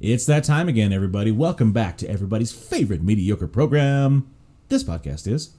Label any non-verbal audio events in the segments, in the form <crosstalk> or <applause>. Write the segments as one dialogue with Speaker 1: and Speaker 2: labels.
Speaker 1: It's that time again, everybody. Welcome back to everybody's favorite mediocre program. This podcast is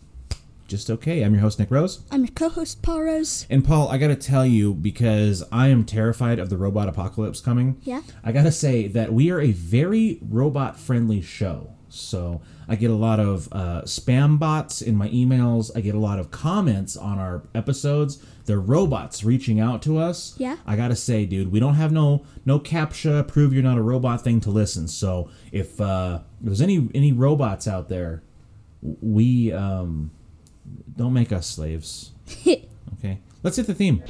Speaker 1: just okay. I'm your host, Nick Rose.
Speaker 2: I'm your co-host Paros. <laughs>
Speaker 1: And Paul, I gotta tell you, because I am terrified of the robot apocalypse coming.
Speaker 2: Yeah.
Speaker 1: I gotta say that we are a very robot friendly show. So I get a lot of uh, spam bots in my emails. I get a lot of comments on our episodes. They're robots reaching out to us.
Speaker 2: Yeah.
Speaker 1: I gotta say, dude, we don't have no no captcha prove you're not a robot thing to listen. So if uh, there's any any robots out there, w- we um, don't make us slaves. Okay. Let's hit the theme.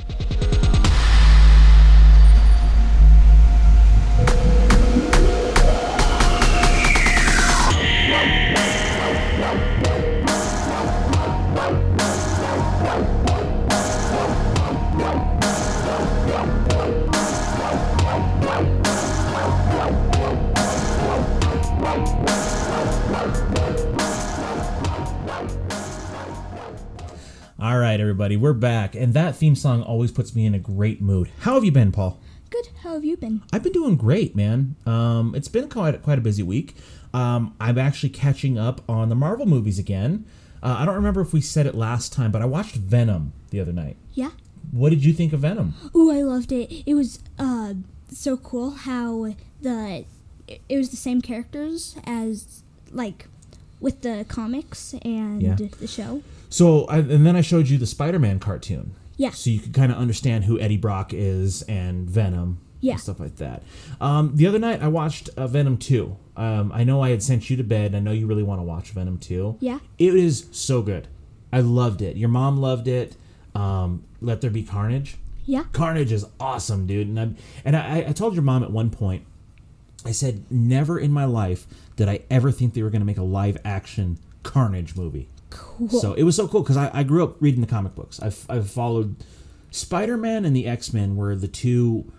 Speaker 1: All right, everybody, we're back, and that theme song always puts me in a great mood. How have you been, Paul?
Speaker 2: Good. How have you been?
Speaker 1: I've been doing great, man. Um, it's been quite quite a busy week. Um, I'm actually catching up on the Marvel movies again. Uh, I don't remember if we said it last time, but I watched Venom the other night.
Speaker 2: Yeah.
Speaker 1: What did you think of Venom?
Speaker 2: Ooh, I loved it. It was uh so cool how the it it was the same characters as like with the comics and
Speaker 1: Yeah.
Speaker 2: the show.
Speaker 1: So, I, and then I showed you the Spider-Man cartoon.
Speaker 2: Yeah.
Speaker 1: So you could kind of understand who Eddie Brock is and Venom.
Speaker 2: Yeah.
Speaker 1: And stuff like that. Um, the other night I watched uh, Venom 2. Um, I know I had sent you to bed. and I know you really want to watch Venom 2.
Speaker 2: Yeah.
Speaker 1: It is so good. I loved it. Your mom loved it. Um, Let There Be Carnage.
Speaker 2: Yeah.
Speaker 1: Carnage is awesome, dude. And, I'm, and I, I told your mom at one point, I said, never in my life did I ever think they were going to make a live action Carnage movie.
Speaker 2: Cool.
Speaker 1: So it was so cool because I, I grew up reading the comic books. I've, I've followed Spider Man and the X Men were the two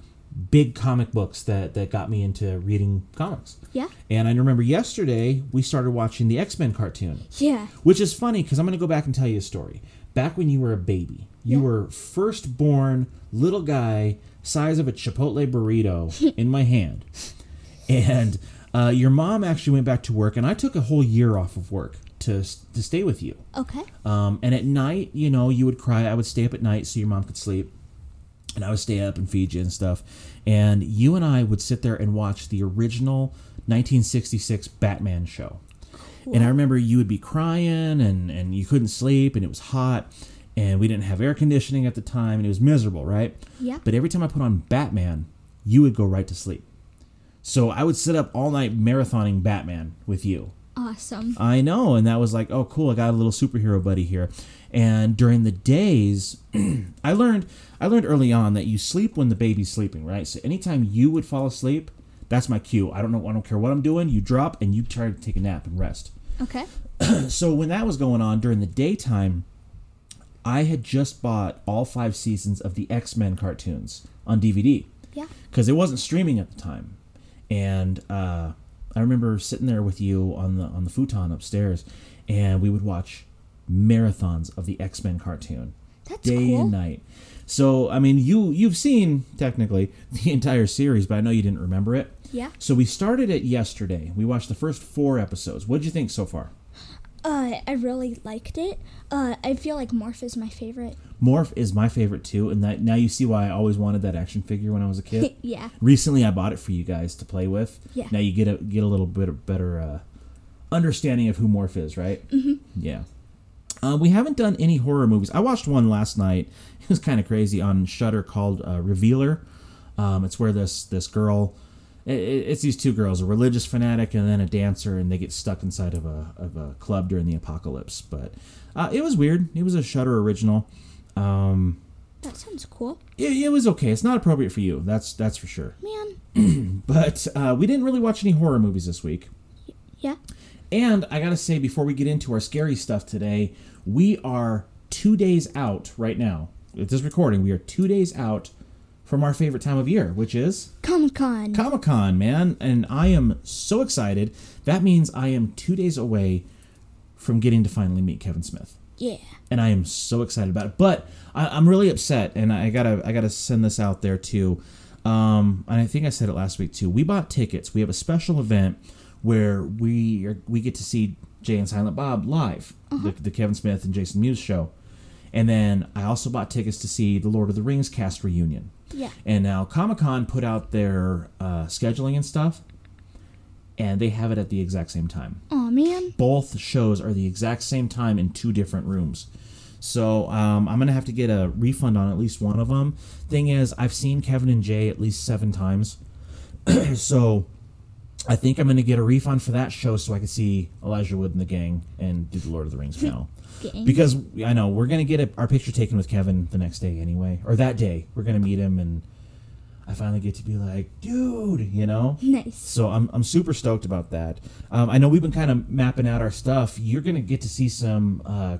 Speaker 1: big comic books that, that got me into reading comics.
Speaker 2: Yeah.
Speaker 1: And I remember yesterday we started watching the X Men cartoon.
Speaker 2: yeah.
Speaker 1: Which is funny because I'm going to go back and tell you a story. Back when you were a baby, you
Speaker 2: Yeah.
Speaker 1: were firstborn little guy, size of a Chipotle burrito in my hand. And uh, your mom actually went back to work, and I took a whole year off of work to, to stay with you.
Speaker 2: Okay.
Speaker 1: Um, and at night, you know, you would cry. I would stay up at night so your mom could sleep. And I would stay up and feed you and stuff. And you and I would sit there and watch the original 1966 Batman show. And I remember you would be crying and, and you couldn't sleep and it was hot and we didn't have air conditioning at the time and it was miserable, right?
Speaker 2: Yeah.
Speaker 1: But every time I put on Batman, you would go right to sleep. So I would sit up all night marathoning Batman with you.
Speaker 2: Awesome.
Speaker 1: I know, and that was like, oh, cool. I got a little superhero buddy here. And during the days, <clears throat> I learned I learned early on that you sleep when the baby's sleeping, right? So anytime you would fall asleep, that's my cue. I don't know. I don't care what I'm doing. You drop and you try to take a nap and rest. <clears throat>
Speaker 2: Okay.
Speaker 1: So when that was going on during the daytime, I had just bought all five seasons of the X Men cartoons on DVD
Speaker 2: Yeah.
Speaker 1: because it wasn't streaming at the time. And uh, I remember sitting there with you on the on the futon upstairs, and we would watch marathons of the X Men cartoon
Speaker 2: That's
Speaker 1: day
Speaker 2: cool.
Speaker 1: and uh, night. So I mean, you you've seen technically the entire series, but I know you didn't remember it.
Speaker 2: Yeah.
Speaker 1: So we started it yesterday. We watched the first four episodes. What would you think so far?
Speaker 2: Uh, I really liked it. Uh, I feel like Morph is my favorite.
Speaker 1: Morph is my favorite too, and that now you see why I always wanted that action figure when I was a kid.
Speaker 2: <laughs> yeah.
Speaker 1: Recently, I bought it for you guys to play with.
Speaker 2: Yeah.
Speaker 1: Now you get a get a little bit of better uh, understanding of who Morph is, right? Mm-hmm. Yeah. Uh, we haven't done any horror movies. I watched one last night. <laughs> It was kind of crazy on Shutter called uh, Revealer. Um, it's where this this girl, i i it's these two girls, a religious fanatic and then a dancer, and they get stuck inside of a of a club during the apocalypse. But uh, it was weird. It was a Shutter original. Um,
Speaker 2: That sounds cool.
Speaker 1: it, it was okay. It's not appropriate for you. That's that's for sure.
Speaker 2: Man.
Speaker 1: But uh, we didn't really watch any horror movies this week.
Speaker 2: Yeah.
Speaker 1: And I gotta say, before we get into our scary stuff today, we are two days out right now. At this recording, we are two days out from our favorite time of year, which is
Speaker 2: Comic Con.
Speaker 1: Comic Con, man. And I am so excited. That means I am two days away from getting to finally meet Kevin Smith.
Speaker 2: yeah.
Speaker 1: and I am so excited about it. But I, I'm really upset, and I gotta I gotta send this out there too. Um, and I think I said it last week too. We bought tickets. We have a special event where we are, we get to see Jay and Silent Bob live, the, the Kevin Smith and Jason Mewes show. And then I also bought tickets to see the Lord of the Rings cast reunion.
Speaker 2: Yeah.
Speaker 1: And now Comic Con put out their uh, scheduling and stuff, and they have it at the exact same time.
Speaker 2: Oh man.
Speaker 1: Both shows are the exact same time in two different rooms. So um, I'm gonna have to get a refund on at least one of them. Thing is, I've seen Kevin and Jay at least seven times, <clears throat> so I think I'm gonna get a refund for that show so I can see Elijah Wood and the gang and do the Lord of the Rings now.
Speaker 2: Gang.
Speaker 1: Because I know we're gonna get a, our picture taken with Kevin the next day anyway, or that day we're gonna meet him, and I finally get to be like, dude, you know.
Speaker 2: Nice.
Speaker 1: So I'm, I'm super stoked about that. Um, I know we've been kind of mapping out our stuff. You're gonna get to see some uh,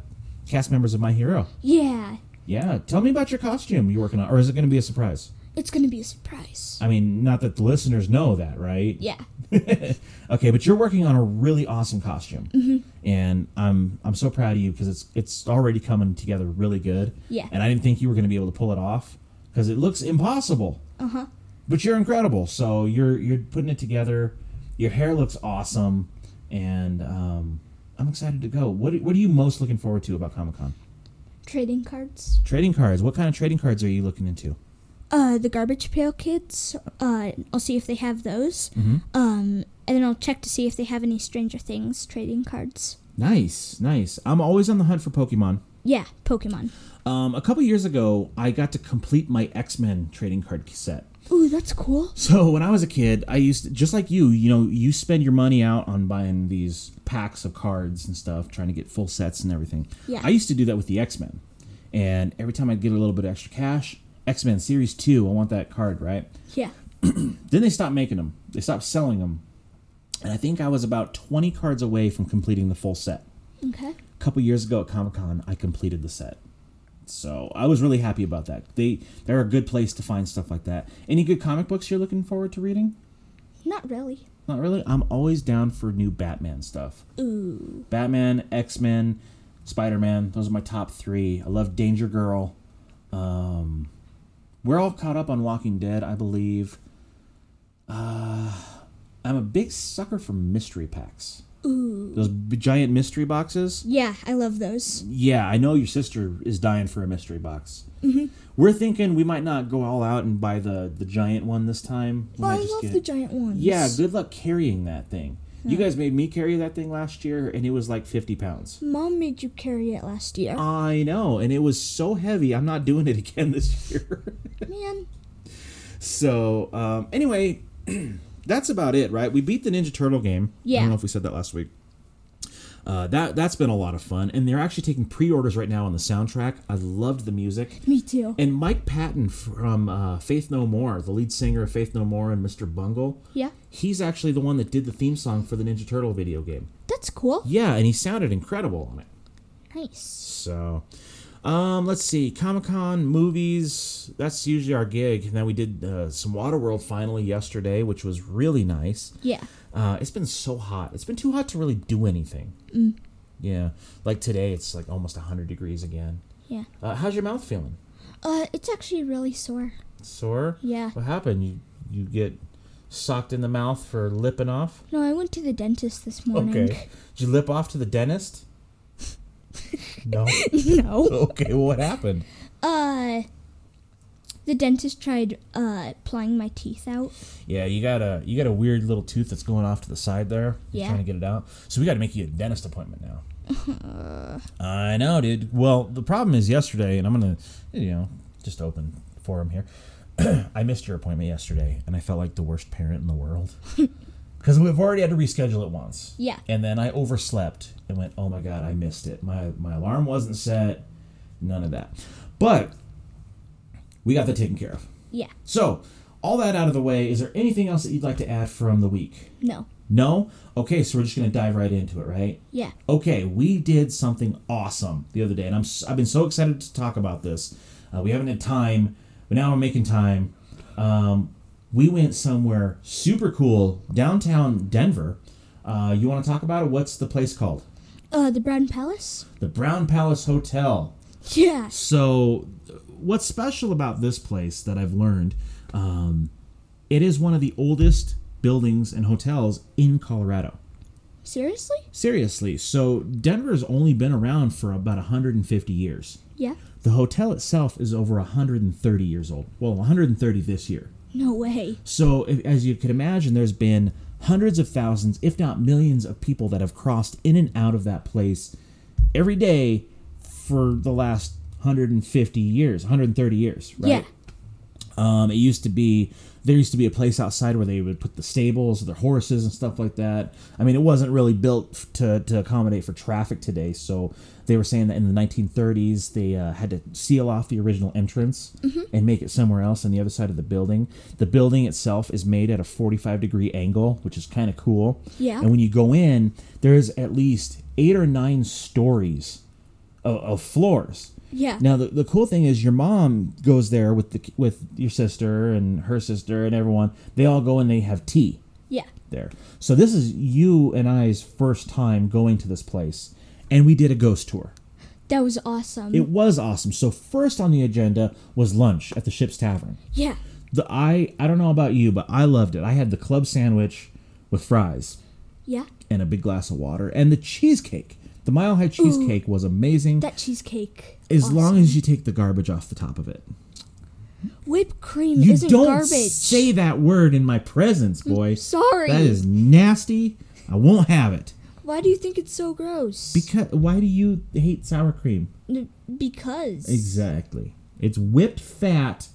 Speaker 1: cast members of My Hero.
Speaker 2: Yeah.
Speaker 1: Yeah, tell me about your costume you're working on, or is it gonna be a surprise?
Speaker 2: It's gonna be a surprise.
Speaker 1: I mean, not that the listeners know that, right?
Speaker 2: Yeah.
Speaker 1: <laughs> okay, but you're working on a really awesome costume, and I'm I'm so proud of you because it's it's already coming together really good.
Speaker 2: Yeah.
Speaker 1: and I didn't think you were going to be able to pull it off because it looks impossible. Uh huh. But you're incredible. So you're you're putting it together. Your hair looks awesome, and um, I'm excited to go. What what are you most looking forward to about Comic Con?
Speaker 2: Trading cards.
Speaker 1: Trading cards. What kind of trading cards are you looking into?
Speaker 2: Uh, the garbage pail kids. Uh, I'll see if they have those.
Speaker 1: Mm-hmm.
Speaker 2: Um, and then I'll check to see if they have any Stranger Things trading cards.
Speaker 1: Nice, nice. I'm always on the hunt for Pokemon.
Speaker 2: Yeah, Pokemon.
Speaker 1: Um, a couple years ago, I got to complete my X Men trading card set.
Speaker 2: Ooh, that's cool.
Speaker 1: <laughs> So when I was a kid, I used to, just like you, you know, you spend your money out on buying these packs of cards and stuff, trying to get full sets and everything.
Speaker 2: Yeah.
Speaker 1: I used to do that with the X Men, and every time I'd get a little bit of extra cash, X Men Series Two, I want that card, right?
Speaker 2: Yeah.
Speaker 1: Then they stopped making them. They stopped selling them, and I think I was about twenty cards away from completing the full set.
Speaker 2: Okay.
Speaker 1: A couple years ago at Comic Con, I completed the set. So I was really happy about that. They they're a good place to find stuff like that. Any good comic books you're looking forward to reading?
Speaker 2: Not really.
Speaker 1: Not really. I'm always down for new Batman stuff.
Speaker 2: Ooh.
Speaker 1: Batman, X Men, Spider Man. Those are my top three. I love Danger Girl. Um, we're all caught up on Walking Dead, I believe. Uh, I'm a big sucker for mystery packs.
Speaker 2: Ooh.
Speaker 1: Those b- giant mystery boxes.
Speaker 2: Yeah, I love those.
Speaker 1: Yeah, I know your sister is dying for a mystery box. Mm-hmm. We're thinking we might not go all out and buy the the giant one this time. We
Speaker 2: Oh, I
Speaker 1: might just
Speaker 2: love
Speaker 1: get-
Speaker 2: the giant ones.
Speaker 1: yeah, good luck carrying that thing. You guys made me carry that thing last year, and it was like 50 pounds.
Speaker 2: Mom made you carry it last year.
Speaker 1: I know, and it was so heavy. I'm not doing it <laughs> again this year. <laughs>
Speaker 2: Man.
Speaker 1: so, um, anyway, <clears throat> that's about it, right? We beat the Ninja Turtle game. I
Speaker 2: Yeah.
Speaker 1: don't know if we said that last week. Uh, that that's been a lot of fun, and they're actually taking pre-orders right now on the soundtrack. I loved the music.
Speaker 2: Me too.
Speaker 1: And Mike Patton from uh, Faith No More, the lead singer of Faith No More and Mr. Bungle.
Speaker 2: Yeah.
Speaker 1: He's actually the one that did the theme song for the Ninja Turtle video game.
Speaker 2: That's cool.
Speaker 1: Yeah, and he sounded incredible on it.
Speaker 2: Nice.
Speaker 1: So, um, let's see. Comic Con, movies. That's usually our gig. And then we did uh, some Waterworld finally yesterday, which was really nice.
Speaker 2: Yeah.
Speaker 1: Uh, it's been so hot. It's been too hot to really do anything. Yeah. Like today, it's like almost 100 degrees again.
Speaker 2: Yeah.
Speaker 1: Uh, how's your mouth feeling?
Speaker 2: Uh, it's actually really sore.
Speaker 1: Sore?
Speaker 2: Yeah.
Speaker 1: What happened? You you get socked in the mouth for lipping off?
Speaker 2: No, I went to the dentist this morning. <laughs>
Speaker 1: Did you lip off to the dentist? <laughs> no.
Speaker 2: no.
Speaker 1: Okay, well, what happened?
Speaker 2: Uh, the dentist tried uh plying my teeth out.
Speaker 1: Yeah, you got a you got a weird little tooth that's going off to the side there. You're
Speaker 2: Yeah.
Speaker 1: trying to get it out. So we got to make you a dentist appointment now.
Speaker 2: <laughs>
Speaker 1: I know, dude. Well, the problem is yesterday, and I'm gonna, you know, just open forum here. <clears throat> I missed your appointment yesterday, and I felt like the worst parent in the
Speaker 2: <laughs>
Speaker 1: world because we've already had to reschedule it once.
Speaker 2: Yeah.
Speaker 1: And then I overslept and went, oh my god, I missed it. My my alarm wasn't set. None of that. But we got that taken care of.
Speaker 2: Yeah.
Speaker 1: So, all that out of the way, is there anything else that you'd like to add from the week?
Speaker 2: No.
Speaker 1: No? Okay, so we're just going to dive right into it, right?
Speaker 2: Yeah.
Speaker 1: Okay, we did something awesome the other day, and I'm, s- I've been so excited to talk about this. Uh, we haven't had time, but now we're making time. Um, we went somewhere super cool, downtown Denver. Uh, you want to talk about it? What's the place called?
Speaker 2: Uh, the Brown Palace. <laughs>
Speaker 1: The Brown Palace Hotel.
Speaker 2: Yeah.
Speaker 1: So, what's special about this place that I've learned um, It is one of the oldest buildings and hotels in Colorado.
Speaker 2: Seriously?
Speaker 1: Seriously, so Denver's only been around for about 150 years.
Speaker 2: Yeah.
Speaker 1: The hotel itself is over 130 years old. Well, 130 this year.
Speaker 2: No way.
Speaker 1: So, if, as you can imagine, there's been hundreds of thousands, if not millions, of people that have crossed in and out of that place every day for the last 150 years, 130 years, right?
Speaker 2: Yeah.
Speaker 1: Um, it used to be there used to be a place outside where they would put the stables, their horses, and stuff like that. I mean, it wasn't really built f- to, to accommodate for traffic today. So they were saying that in the 1930s they uh, had to seal off the original entrance and make it somewhere else on the other side of the building. The building itself is made at a 45 degree angle, which is kind of cool.
Speaker 2: Yeah.
Speaker 1: And when you go in, there's at least eight or nine stories of, of floors.
Speaker 2: Yeah.
Speaker 1: Now the, the cool thing is your mom goes there with the with your sister and her sister and everyone. They all go and they have tea
Speaker 2: Yeah.
Speaker 1: there. So this is you and I's first time going to this place, and we did a ghost tour.
Speaker 2: That was awesome.
Speaker 1: It was awesome. So first on the agenda was lunch at the Ship's Tavern.
Speaker 2: yeah.
Speaker 1: The I I don't know about you, but I loved it. I had the club sandwich with fries
Speaker 2: Yeah.
Speaker 1: and a big glass of water and the cheesecake. The Mile High cheesecake was amazing.
Speaker 2: That cheesecake.
Speaker 1: as
Speaker 2: awesome.
Speaker 1: long as you take the garbage off the top of it.
Speaker 2: whipped cream
Speaker 1: You
Speaker 2: isn't
Speaker 1: don't
Speaker 2: garbage. Mm,
Speaker 1: say that word in my presence, boy.
Speaker 2: Sorry.
Speaker 1: That is nasty. I won't have it.
Speaker 2: Why do you think it's so gross?
Speaker 1: Because why do you hate sour cream?
Speaker 2: N- because.
Speaker 1: Exactly. It's whipped fat,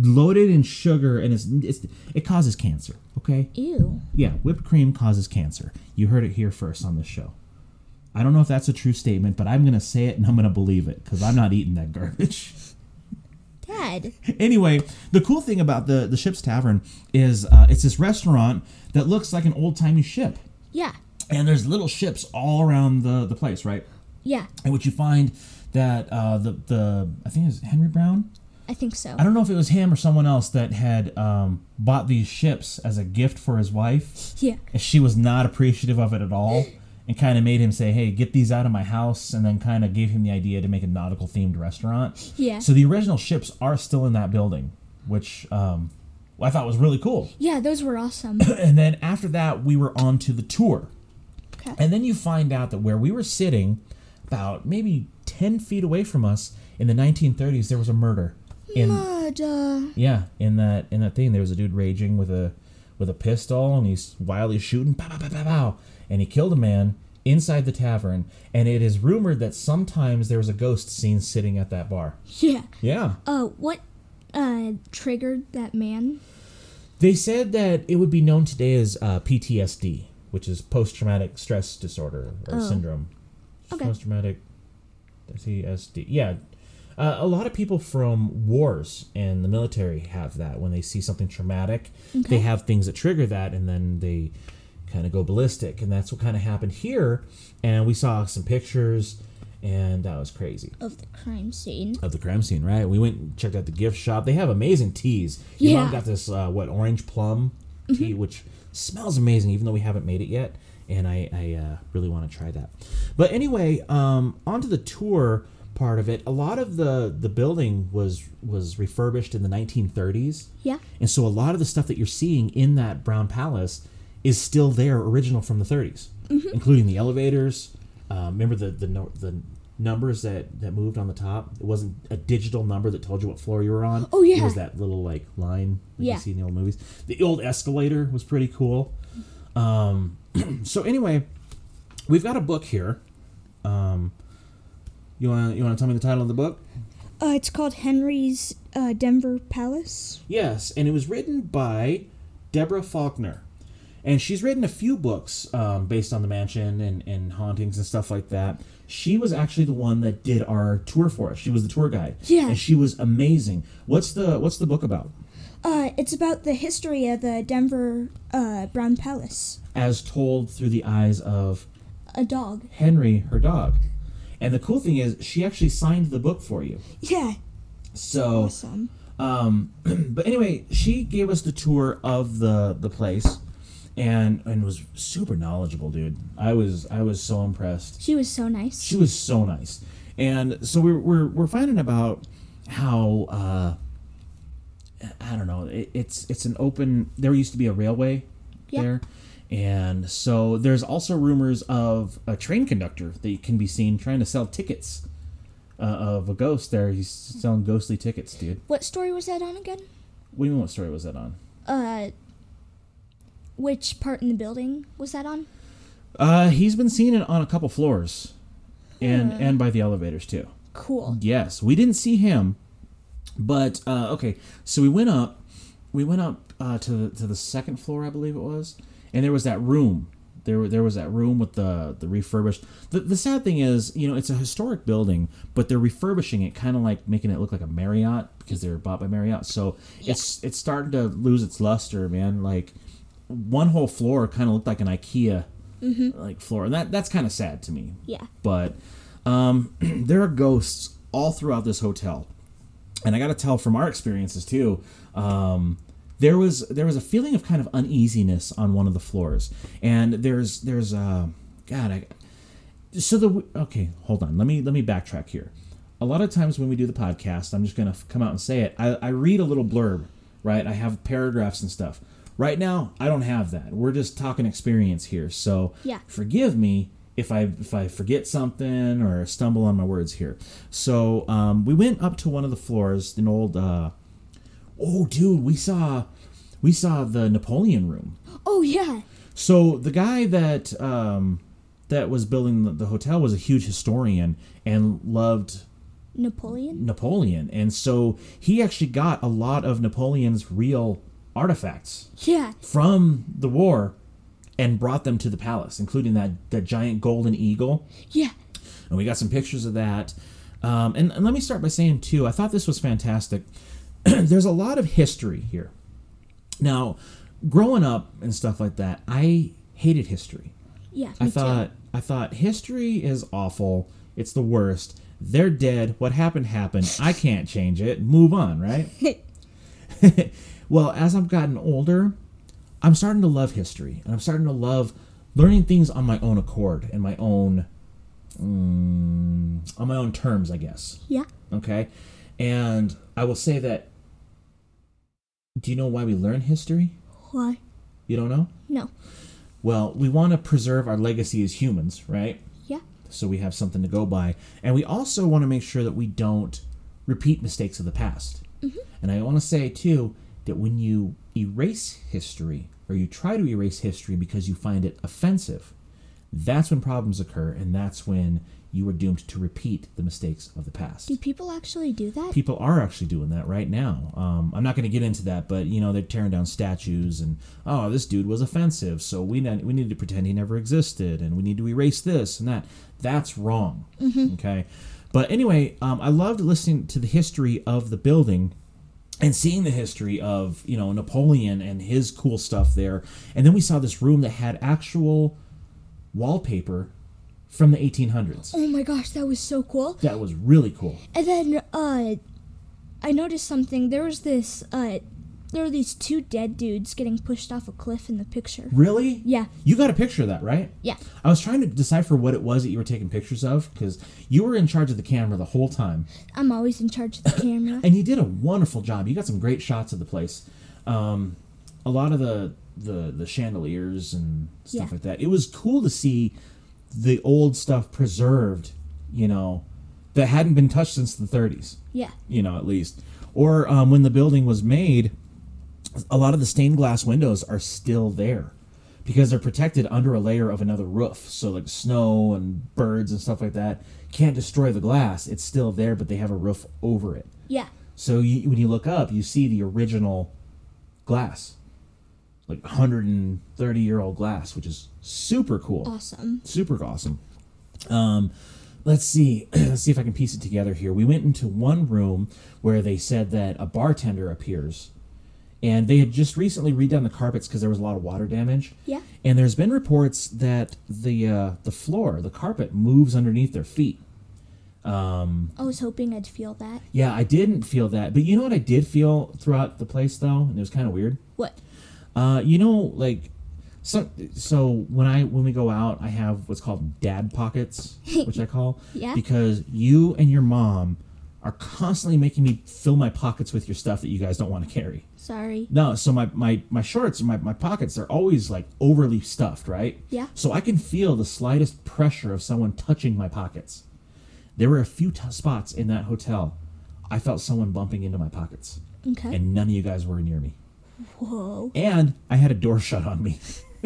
Speaker 1: loaded in sugar, and it's, it's it causes cancer. Okay.
Speaker 2: Ew.
Speaker 1: Yeah, whipped cream causes cancer. You heard it here first on this show. I don't know if that's a true statement, but I'm gonna say it and I'm gonna believe it because I'm not eating that garbage. <laughs>
Speaker 2: Dad.
Speaker 1: anyway, the cool thing about the the ship's tavern is uh, it's this restaurant that looks like an old timey ship,
Speaker 2: Yeah.
Speaker 1: and there's little ships all around the the place, right?
Speaker 2: Yeah.
Speaker 1: And what you find that uh, the the I think it was Henry Brown.
Speaker 2: I think so.
Speaker 1: I don't know if it was him or someone else that had um, bought these ships as a gift for his wife,
Speaker 2: Yeah.
Speaker 1: and she was not appreciative of it at all. And kind of made him say, "Hey, get these out of my house," and then kind of gave him the idea to make a nautical themed restaurant.
Speaker 2: Yeah.
Speaker 1: So the original ships are still in that building, which um, I thought was really cool.
Speaker 2: yeah, those were awesome.
Speaker 1: And then after that, we were on to the tour.
Speaker 2: Okay.
Speaker 1: And then you find out that where we were sitting, about maybe 10 feet away from us in the 1930s, there was a murder. In
Speaker 2: Murder.
Speaker 1: yeah, in that in that thing, there was a dude raging with a with a pistol, and he's wildly shooting, pow, pow, pow, pow, pow, and he killed a man inside the tavern. And it is rumored that sometimes there was a ghost seen sitting at that bar.
Speaker 2: Yeah.
Speaker 1: Yeah,
Speaker 2: Uh, what uh triggered that man?
Speaker 1: They said that it would be known today as uh, PTSD, which is post traumatic stress disorder or syndrome.
Speaker 2: Okay.
Speaker 1: Post traumatic PTSD. Yeah. Uh, a lot of people from wars and the military have that. When they see something traumatic, they have things that trigger that, and then they kind of go ballistic. And that's what kind of happened here. And we saw some pictures, and that was crazy
Speaker 2: Of the crime scene.
Speaker 1: of the crime scene, right? We went and checked out the gift shop. They have amazing teas. Your mom
Speaker 2: Yeah.
Speaker 1: got this uh, what orange plum tea, which smells amazing, even though we haven't made it yet. And I, I uh, really want to try that. But anyway, um, onto the tour part of it. A lot of the the building was was refurbished in the 1930s.
Speaker 2: Yeah.
Speaker 1: And so a lot of the stuff that you're seeing in that brown palace is still there, original from the 30s,
Speaker 2: Mm-hmm.
Speaker 1: including the elevators. Uh, remember the the no, the numbers that that moved on the top. It wasn't a digital number that told you what floor you were on.
Speaker 2: Oh,
Speaker 1: it
Speaker 2: yeah.
Speaker 1: was that little like line that
Speaker 2: Yeah.
Speaker 1: you see in the old movies. The old escalator was pretty cool. Um, <clears throat> so anyway, we've got a book here. Um, you want you want to tell me the title of the book?
Speaker 2: Uh, it's called Henry's uh, Denver Palace.
Speaker 1: Yes, and it was written by Deborah Faulkner. And she's written a few books um, based on the mansion and, and hauntings and stuff like that. She was actually the one that did our tour for us. She was the tour guide.
Speaker 2: Yeah.
Speaker 1: And she was amazing. What's the what's the book about?
Speaker 2: Uh, it's about the history of the Denver uh, Brown Palace.
Speaker 1: As told through the eyes of
Speaker 2: A dog.
Speaker 1: Henry, her dog. And the cool thing is she actually signed the book for you.
Speaker 2: Yeah.
Speaker 1: So
Speaker 2: Awesome.
Speaker 1: Um, <clears throat> but anyway, she gave us the tour of the the place, and and was super knowledgeable, dude. I was I was so impressed.
Speaker 2: She was so nice.
Speaker 1: She was so nice, and so we're we're, we're finding about how uh, I don't know. It, it's it's an open. There used to be a railway
Speaker 2: Yeah.
Speaker 1: there, and so there's also rumors of a train conductor that can be seen trying to sell tickets uh, of a ghost. There, he's selling ghostly tickets, dude.
Speaker 2: What story was that on again?
Speaker 1: What do you mean? What story was that on?
Speaker 2: Uh, which part in the building was that on?
Speaker 1: Uh, he's been seen it on a couple floors, and and by the elevators too.
Speaker 2: Cool.
Speaker 1: Yes, we didn't see him, but uh, okay. So we went up, we went up uh, to the to the second floor, I believe it was, and there was that room. There were- there was that room with the the refurbished. The, the sad thing is, you know, it's a historic building, but they're refurbishing it, kind of like making it look like a Marriott because they were bought by Marriott. So it's it's starting to lose its luster, man. Like one whole floor kind of looked like an IKEA like floor, and that that's kind of sad to me
Speaker 2: Yeah.
Speaker 1: but um, <clears throat> there are ghosts all throughout this hotel and i gotta tell from our experiences too um, there was there was a feeling of kind of uneasiness on one of the floors and there's there's uh, god i so the okay hold on let me let me backtrack here a lot of times when we do the podcast i'm just gonna f- come out and say it i, I read a little blurb right i have paragraphs and stuff right now i don't have that we're just talking experience here so
Speaker 2: Yeah.
Speaker 1: forgive me if i if i forget something or stumble on my words here so um, we went up to one of the floors an old uh, oh dude we saw we saw the napoleon room
Speaker 2: Oh yeah.
Speaker 1: so the guy that um, that was building the, the hotel was a huge historian and loved
Speaker 2: Napoleon.
Speaker 1: Napoleon, and so he actually got a lot of Napoleon's real artifacts
Speaker 2: Yeah.
Speaker 1: from the war and brought them to the palace, including that that giant golden eagle
Speaker 2: Yeah.
Speaker 1: and we got some pictures of that. Um, and, and let me start by saying too, I thought this was fantastic. <clears throat> There's a lot of history here. Now, growing up and stuff like that, I hated history.
Speaker 2: Yeah.
Speaker 1: I
Speaker 2: me too.
Speaker 1: thought I thought history is awful. It's the worst. They're dead. What happened happened. I can't change it. Move on, right?
Speaker 2: <laughs>
Speaker 1: well, as I've gotten older, I'm starting to love history, and I'm starting to love learning things on my own accord and my own mm, on my own terms, I guess.
Speaker 2: Yeah.
Speaker 1: Okay, and I will say that. Do you know why we learn history?
Speaker 2: Why?
Speaker 1: You don't know?
Speaker 2: No.
Speaker 1: Well, we want to preserve our legacy as humans, right?
Speaker 2: Yeah.
Speaker 1: so we have something to go by. And we also want to make sure that we don't repeat mistakes of the past. And I want to say, too, that when you erase history or you try to erase history because you find it offensive, that's when problems occur and that's when you are doomed to repeat the mistakes of the past
Speaker 2: Do people actually do that?
Speaker 1: people are actually doing that right now. Um, I'm not going to get into that, but you know they're tearing down statues and oh this dude was offensive, so we ne- we need to pretend he never existed and we need to erase this and that. That's wrong. Okay, but anyway, um, I loved listening to the history of the building and seeing the history of you know Napoleon and his cool stuff there, and then we saw this room that had actual wallpaper from the 1800s.
Speaker 2: oh my gosh, that was so cool.
Speaker 1: That was really cool.
Speaker 2: And then uh I noticed something. There was this uh there were these two dead dudes getting pushed off a cliff in the picture.
Speaker 1: Really?
Speaker 2: Yeah.
Speaker 1: You got a picture of that, right?
Speaker 2: Yeah.
Speaker 1: I was trying to decipher what it was that you were taking pictures of because you were in charge of the camera the whole time,
Speaker 2: I'm always in charge of the camera.
Speaker 1: <coughs> and you did a wonderful job. You got some great shots of the place. Um, a lot of the the the chandeliers and stuff
Speaker 2: Yeah.
Speaker 1: like that. It was cool to see the old stuff preserved, you know, that hadn't been touched since the 30s
Speaker 2: yeah.
Speaker 1: you know, at least. Or um, when the building was made, a lot of the stained glass windows are still there because they're protected under a layer of another roof. So, like snow and birds and stuff like that can't destroy the glass. It's still there, but they have a roof over it.
Speaker 2: Yeah.
Speaker 1: So, you, when you look up, you see the original glass, like 130 year old glass, which is super cool
Speaker 2: Awesome.
Speaker 1: super awesome. Um, let's see, <clears throat> let's see if I can piece it together here. We went into one room where they said that a bartender appears, and they had just recently redone the carpets because there was a lot of water damage.
Speaker 2: Yeah.
Speaker 1: And there's been reports that the uh, the floor, the carpet, moves underneath their feet.
Speaker 2: I was hoping I'd feel that.
Speaker 1: Yeah, I didn't feel that, but you know what I did feel throughout the place though, and it was kind of weird.
Speaker 2: What?
Speaker 1: Uh, you know, like so. So when I when we go out, I
Speaker 2: <laughs>
Speaker 1: have what's called dad pockets, which I call
Speaker 2: Yeah.
Speaker 1: because you and your mom are constantly making me fill my pockets with your stuff that you guys don't want to carry.
Speaker 2: Sorry.
Speaker 1: No, so my my my shorts and my, my pockets are always like overly stuffed, right?
Speaker 2: Yeah.
Speaker 1: So I can feel the slightest pressure of someone touching my pockets. There were a few t- spots in that hotel I felt someone bumping into my pockets.
Speaker 2: Okay.
Speaker 1: And none of you guys were near me.
Speaker 2: Whoa.
Speaker 1: And I had a door shut on me.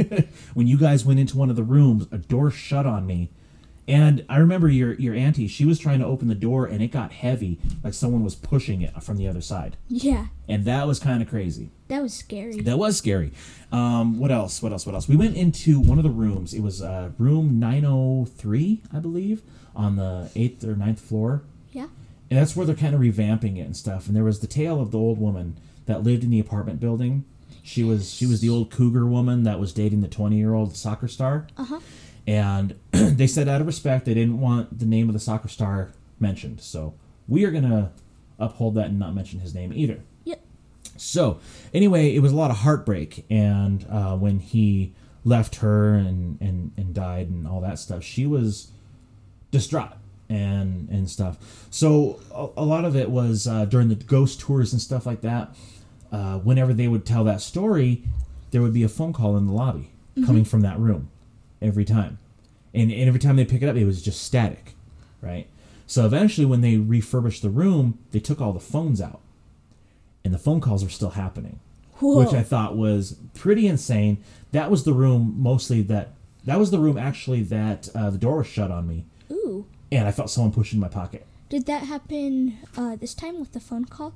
Speaker 1: <laughs> when you guys went into one of the rooms, a door shut on me. And I remember your your auntie, she was trying to open the door and it got heavy, like someone was pushing it from the other side.
Speaker 2: Yeah.
Speaker 1: And that was kind of crazy.
Speaker 2: That was scary.
Speaker 1: That was scary. Um, what else? What else? What else? We went into one of the rooms. It was uh, room 903, I believe, on the eighth or ninth floor.
Speaker 2: yeah.
Speaker 1: And that's where they're kind of revamping it and stuff. And there was the tale of the old woman that lived in the apartment building. She was she was the old cougar woman that was dating the 20 year old soccer star.
Speaker 2: Uh-huh.
Speaker 1: And <clears throat> they said out of respect they didn't want the name of the soccer star mentioned. So we are gonna uphold that and not mention his name either.
Speaker 2: Yep.
Speaker 1: So, anyway, it was a lot of heartbreak, and uh, when he left her and, and and died and all that stuff, she was distraught and and stuff. So a, a lot of it was uh, during the ghost tours and stuff like that. Uh, whenever they would tell that story, there would be a phone call in the lobby coming from that room every time, and, and every time they pick it up, it was just static, right? So eventually, when they refurbished the room, they took all the phones out and the phone calls were still happening,
Speaker 2: Whoa.
Speaker 1: which I thought was pretty insane. That was the room mostly that that was the room actually that uh, the door was shut on me,
Speaker 2: Ooh.
Speaker 1: and I felt someone push in my pocket.
Speaker 2: Did that happen uh, this time with the phone call?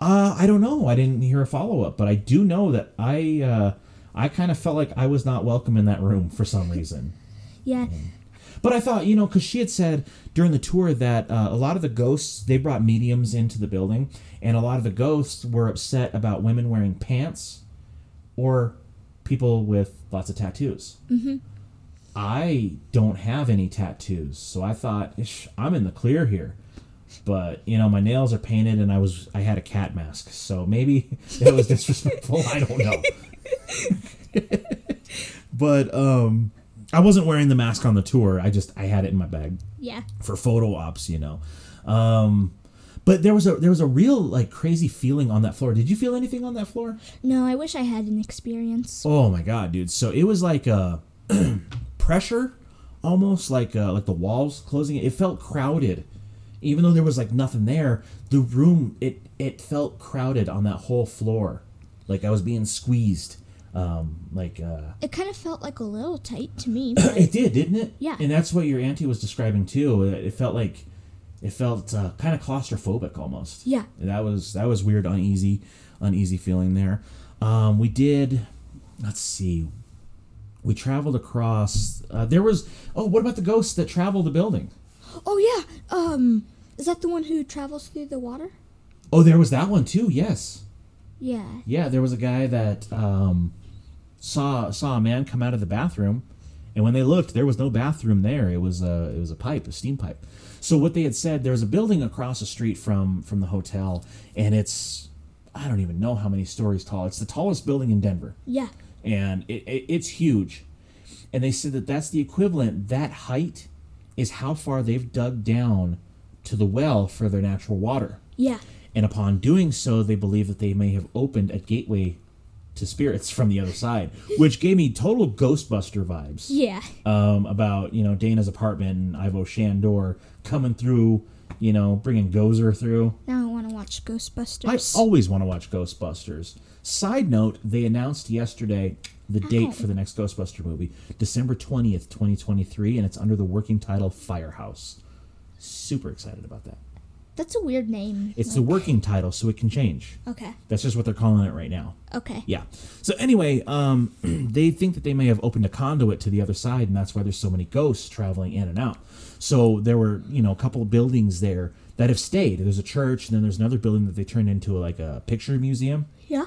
Speaker 1: Uh, I don't know. I didn't hear a follow up, but I do know that I uh, I kind of felt like I was not welcome in that room for some reason.
Speaker 2: Yeah.
Speaker 1: Mm. But I thought, you know, because she had said during the tour that uh, a lot of the ghosts, they brought mediums into the building, and a lot of the ghosts were upset about women wearing pants or people with lots of tattoos. Mm-hmm. I don't have any tattoos, so I thought, Ish, I'm in the clear here. But you know, my nails are painted, and I was I had a cat mask, so maybe <laughs> that was disrespectful. I don't know. but um, I wasn't wearing the mask on the tour. I just I had it in my bag
Speaker 2: Yeah.
Speaker 1: for photo ops, you know. Um, but there was a there was a real like crazy feeling on that floor. Did you feel anything on that floor?
Speaker 2: No, I wish I had an experience.
Speaker 1: Oh my god, dude! So it was like uh <clears throat> pressure, almost like uh, like the walls closing. It felt crowded, even though there was like nothing there. The room it it felt crowded on that whole floor, like I was being squeezed. Um, like uh,
Speaker 2: It kind of felt like a little tight
Speaker 1: <coughs>
Speaker 2: to me. but-
Speaker 1: it did, didn't it?
Speaker 2: Yeah.
Speaker 1: And that's what your auntie was describing too. It it felt like it felt uh, kind of claustrophobic almost.
Speaker 2: Yeah.
Speaker 1: And that was that was weird, uneasy, uneasy feeling there. Um, we did. Let's see. We traveled across. Uh, there was. Oh, what about the ghosts that travel the building?
Speaker 2: oh yeah. Um, is that the one who travels through the water?
Speaker 1: Oh, there was that one too. Yes.
Speaker 2: Yeah.
Speaker 1: Yeah, there was a guy that um, saw saw a man come out of the bathroom, and when they looked, there was no bathroom there. It was a it was a pipe, a steam pipe. So what they had said, there was a building across the street from from the hotel, and it's I don't even know how many stories tall. It's the tallest building in Denver,
Speaker 2: Yeah.
Speaker 1: and it, it it's huge. And they said that that's the equivalent. That height is how far they've dug down to the well for their natural water
Speaker 2: Yeah.
Speaker 1: and upon doing so, they believe that they may have opened a gateway to spirits from the other side, which gave me total Ghostbuster vibes
Speaker 2: Yeah.
Speaker 1: um, about you know Dana's apartment and Ivo Shandor coming through, you know, bringing Gozer through.
Speaker 2: Now I want to watch
Speaker 1: I oh.
Speaker 2: Ghostbusters.
Speaker 1: always want to watch Ghostbusters. Side note: They announced yesterday the
Speaker 2: Ow.
Speaker 1: date for the next Ghostbuster movie, December twentieth, twenty twenty-three, and it's under the working title Firehouse. Super excited about that.
Speaker 2: That's a weird name.
Speaker 1: It's the working title, so it can change.
Speaker 2: Okay.
Speaker 1: That's just what they're calling it right now.
Speaker 2: Okay.
Speaker 1: Yeah. So anyway, um, <clears throat> they think that they may have opened a conduit to the other side, and that's why there's so many ghosts traveling in and out. So there were, you know, a couple of buildings there that have stayed. There's a church, and then there's another building that they turned into like a picture museum,
Speaker 2: Yeah.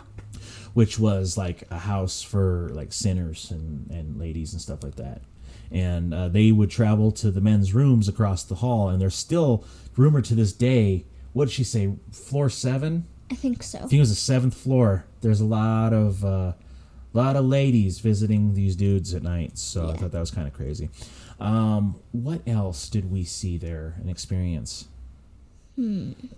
Speaker 1: which was like a house for like sinners and and ladies and stuff like that. And uh, they would travel to the men's rooms across the hall, and they're still rumored to this day. What did she say? Floor seven.
Speaker 2: I think so.
Speaker 1: I think it was the seventh floor. There's a lot of uh, lot of ladies visiting these dudes at night, so I
Speaker 2: Yeah.
Speaker 1: thought that was kind of crazy. Um, what else did we see there and experience?
Speaker 2: I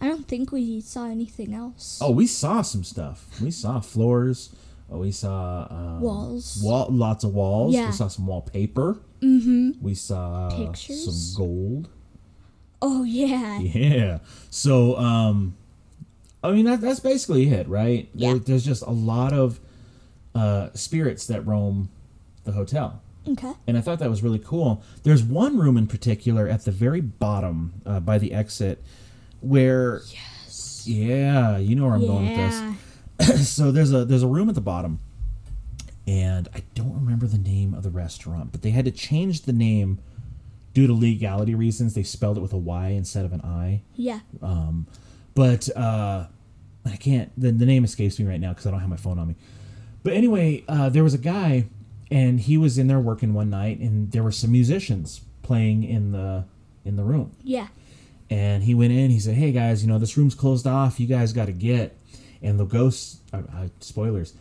Speaker 2: don't think we saw anything else.
Speaker 1: Oh, we saw some stuff. We saw floors. Oh, we saw um,
Speaker 2: Walls.
Speaker 1: Wall, lots of walls.
Speaker 2: Yeah.
Speaker 1: We saw some wallpaper. Mm-hmm. We saw
Speaker 2: Pictures.
Speaker 1: some gold.
Speaker 2: Oh, yeah.
Speaker 1: <laughs> Yeah. So, um, I mean, that, that's basically it, right?
Speaker 2: Yeah.
Speaker 1: There, there's just a lot of uh, spirits that roam the hotel.
Speaker 2: Okay.
Speaker 1: And I thought that was really cool. There's one room in particular at the very bottom uh, by the exit where. Yes. Yeah, you know where I'm going with this
Speaker 2: Yeah.
Speaker 1: so there's a there's a room at the bottom and i don't remember the name of the restaurant but they had to change the name due to legality reasons they spelled it with a y instead of an i
Speaker 2: Yeah.
Speaker 1: um, but uh, I can't. The, the name escapes me right now because I don't have my phone on me. But anyway, uh, there was a guy, and he was in there working one night, and there were some musicians playing in the in the room.
Speaker 2: Yeah.
Speaker 1: And he went in. He said, "Hey guys, you know this room's closed off. You guys got to get." And the ghosts, uh, uh, spoilers,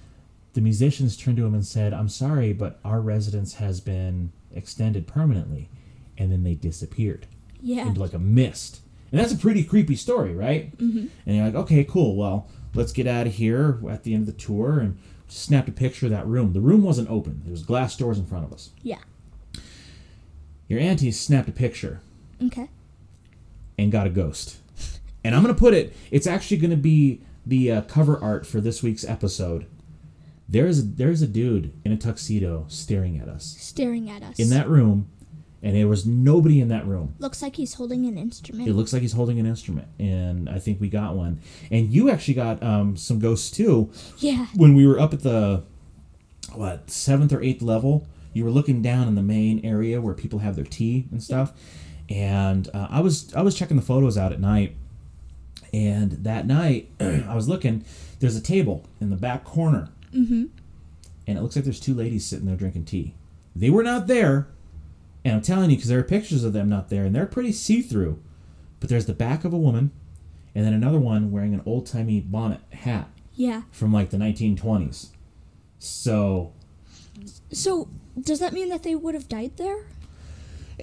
Speaker 1: the musicians turned to him and said, "I'm sorry, but our residence has been extended permanently." And then they disappeared
Speaker 2: Yeah.
Speaker 1: into like a mist. And that's a pretty creepy story, right? Mm-hmm. And you're like, okay, cool. Well, let's get out of here at the end of the tour and snapped a picture of that room. The room wasn't open, there was glass doors in front of us.
Speaker 2: Yeah.
Speaker 1: Your auntie snapped a picture
Speaker 2: Okay.
Speaker 1: and got a ghost. And I'm going to put it, it's actually going to be the uh, cover art for this week's episode. There's, there's a dude in a tuxedo staring at us
Speaker 2: Staring at us.
Speaker 1: in that room, and there was nobody in that room.
Speaker 2: Looks like he's holding an instrument.
Speaker 1: It looks like he's holding an instrument, and I think we got one. And you actually got um, some ghosts too
Speaker 2: yeah.
Speaker 1: <laughs> when we were up at the what seventh or eighth level. You were looking down in the main area where people have their tea and stuff. And uh, I was I was checking the photos out at night, and that night <clears throat> I was looking. There's a table in the back corner, mm-hmm. and it looks like there's two ladies sitting there drinking tea. They were not there, and I'm telling you because there are pictures of them not there, and they're pretty see through. But there's the back of a woman, and then another one wearing an old timey bonnet hat
Speaker 2: Yeah.
Speaker 1: from like the 1920s. So,
Speaker 2: So, does that mean that they would have died there?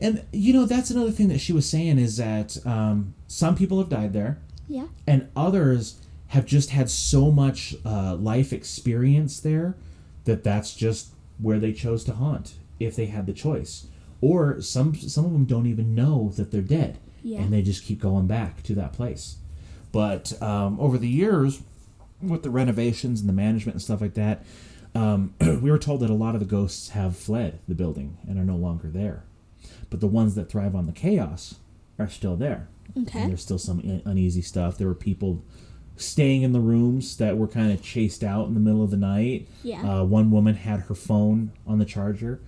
Speaker 1: and you know, that's another thing that she was saying is that um, some people have died there,
Speaker 2: Yeah.
Speaker 1: and others have just had so much uh, life experience there that that's just where they chose to haunt if they had the choice. Or some some of them don't even know that they're dead,
Speaker 2: Yeah.
Speaker 1: and they just keep going back to that place. But um, over the years, with the renovations and the management and stuff like that, um, <clears throat> we were told that a lot of the ghosts have fled the building and are no longer there. But the ones that thrive on the chaos are still there.
Speaker 2: Okay.
Speaker 1: And there's still some un- uneasy stuff. There were people staying in the rooms that were kind of chased out in the middle of the night.
Speaker 2: Yeah.
Speaker 1: Uh, one woman had her phone on the charger,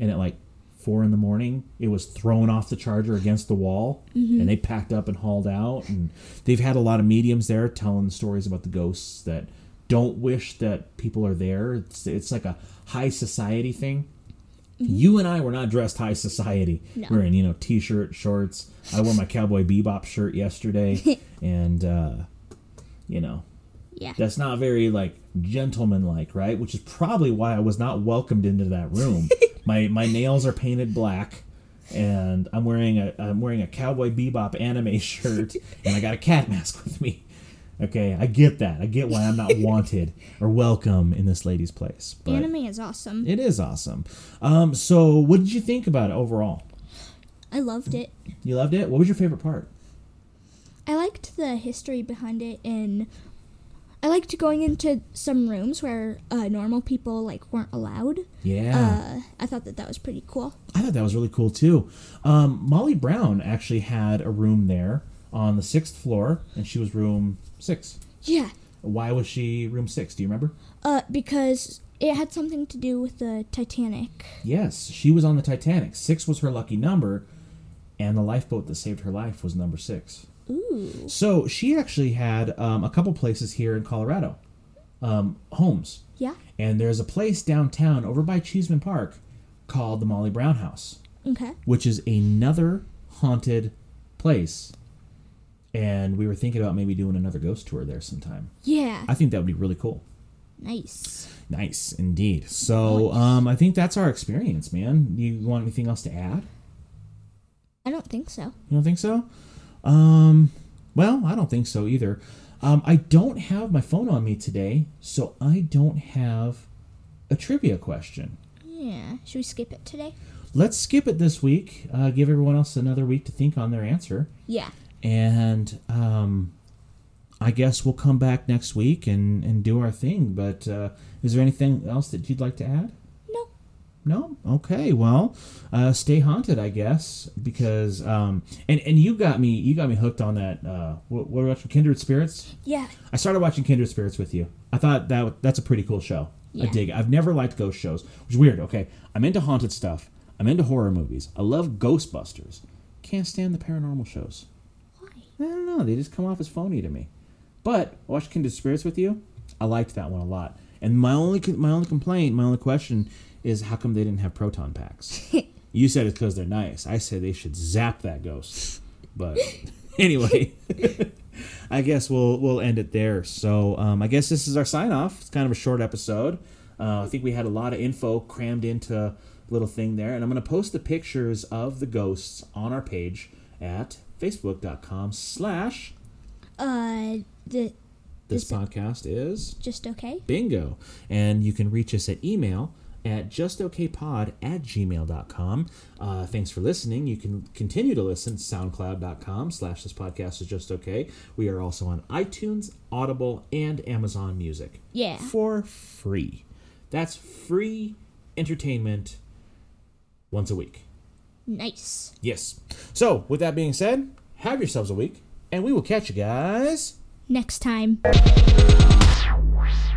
Speaker 1: and at like four in the morning, it was thrown off the charger against the wall,
Speaker 2: Mm-hmm.
Speaker 1: and they packed up and hauled out. And they've had a lot of mediums there telling stories about the ghosts that don't wish that people are there. It's, it's like a high society thing. You and I were not dressed high society.
Speaker 2: Mm-hmm. No.
Speaker 1: We were in, you know, t-shirt, shorts. I wore my cowboy bebop shirt
Speaker 2: <laughs>
Speaker 1: yesterday, and uh, you know,
Speaker 2: Yeah.
Speaker 1: that's not very like gentlemanlike, right? Which is probably why I was not welcomed into that
Speaker 2: <laughs>
Speaker 1: room. my my nails are painted black, and I'm wearing a I'm wearing a cowboy bebop anime shirt, and I got a cat mask with me. Okay, I get that. I get why I'm
Speaker 2: <laughs>
Speaker 1: not wanted or welcome in this lady's place. But
Speaker 2: Anime is awesome.
Speaker 1: it is awesome. Um, so, what did you think about it overall?
Speaker 2: I loved it.
Speaker 1: You loved it. What was your favorite part?
Speaker 2: I liked the history behind it, and I liked going into some rooms where uh, normal people like weren't allowed.
Speaker 1: Yeah,
Speaker 2: Uh, I thought that that was pretty cool.
Speaker 1: I thought that was really cool too. Um, Molly Brown actually had a room there on the sixth floor, and she was room six.
Speaker 2: Yeah.
Speaker 1: Why was she room six? Do you remember?
Speaker 2: Uh, because it had something to do with the Titanic.
Speaker 1: Yes, she was on the Titanic. Six was her lucky number, and the lifeboat that saved her life was number six.
Speaker 2: Ooh.
Speaker 1: So she actually had um, a couple places here in Colorado, um, homes.
Speaker 2: Yeah.
Speaker 1: And there's a place downtown over by Cheeseman Park called the Molly Brown House,
Speaker 2: Okay.
Speaker 1: which is another haunted place. And we were thinking about maybe doing another ghost tour there sometime.
Speaker 2: Yeah.
Speaker 1: I think that would be really cool.
Speaker 2: nice.
Speaker 1: Nice indeed. So um, I think that's our experience, man. You want anything else to add?
Speaker 2: I don't think so.
Speaker 1: You don't think so? Um, well, I don't think so either. Um, I don't have my phone on me today, so I don't have a trivia question.
Speaker 2: Yeah. Should we skip it today?
Speaker 1: Let's skip it this week. Uh, give everyone else another week to think on their answer,
Speaker 2: Yeah.
Speaker 1: and um, I guess we'll come back next week and and do our thing. But uh, is there anything else that you'd like to add?
Speaker 2: No.
Speaker 1: No. Okay. Well, uh, stay haunted, I guess, because um, and and you got me you got me hooked on that. Uh, what what about Kindred Spirits?
Speaker 2: Yeah.
Speaker 1: I started watching Kindred Spirits with you. I thought that that's a pretty cool show. I
Speaker 2: Yeah.
Speaker 1: dig it. I've never liked ghost shows, which is weird. Okay, I'm into haunted stuff. I'm into horror movies. I love Ghostbusters. Can't stand the paranormal shows.
Speaker 2: Why?
Speaker 1: I don't know. They just come off as phony to me. But I watched Kindred Spirits with you. I liked that one a lot. And my only my only complaint, my only question is how come they didn't have proton packs? you said it's because they're nice. I said they should zap that ghost. But <laughs> anyway, I guess we'll we'll end it there. So um, I guess this is our sign off. It's kind of a short episode. Uh, I think we had a lot of info crammed into a little thing there, and I'm going to post the pictures of the ghosts on our page at facebook.com slash
Speaker 2: Uh, the,
Speaker 1: this podcast is
Speaker 2: just okay.
Speaker 1: bingo and you can reach us at email at justokpod at gmail.com uh, thanks for listening you can continue to listen at soundcloud.com slash this podcast is just okay we are also on itunes audible and amazon music
Speaker 2: Yeah.
Speaker 1: for free that's free entertainment once a week
Speaker 2: Nice.
Speaker 1: yes so with that being said have yourselves a week and we will catch you guys
Speaker 2: Next time.
Speaker 3: Wow.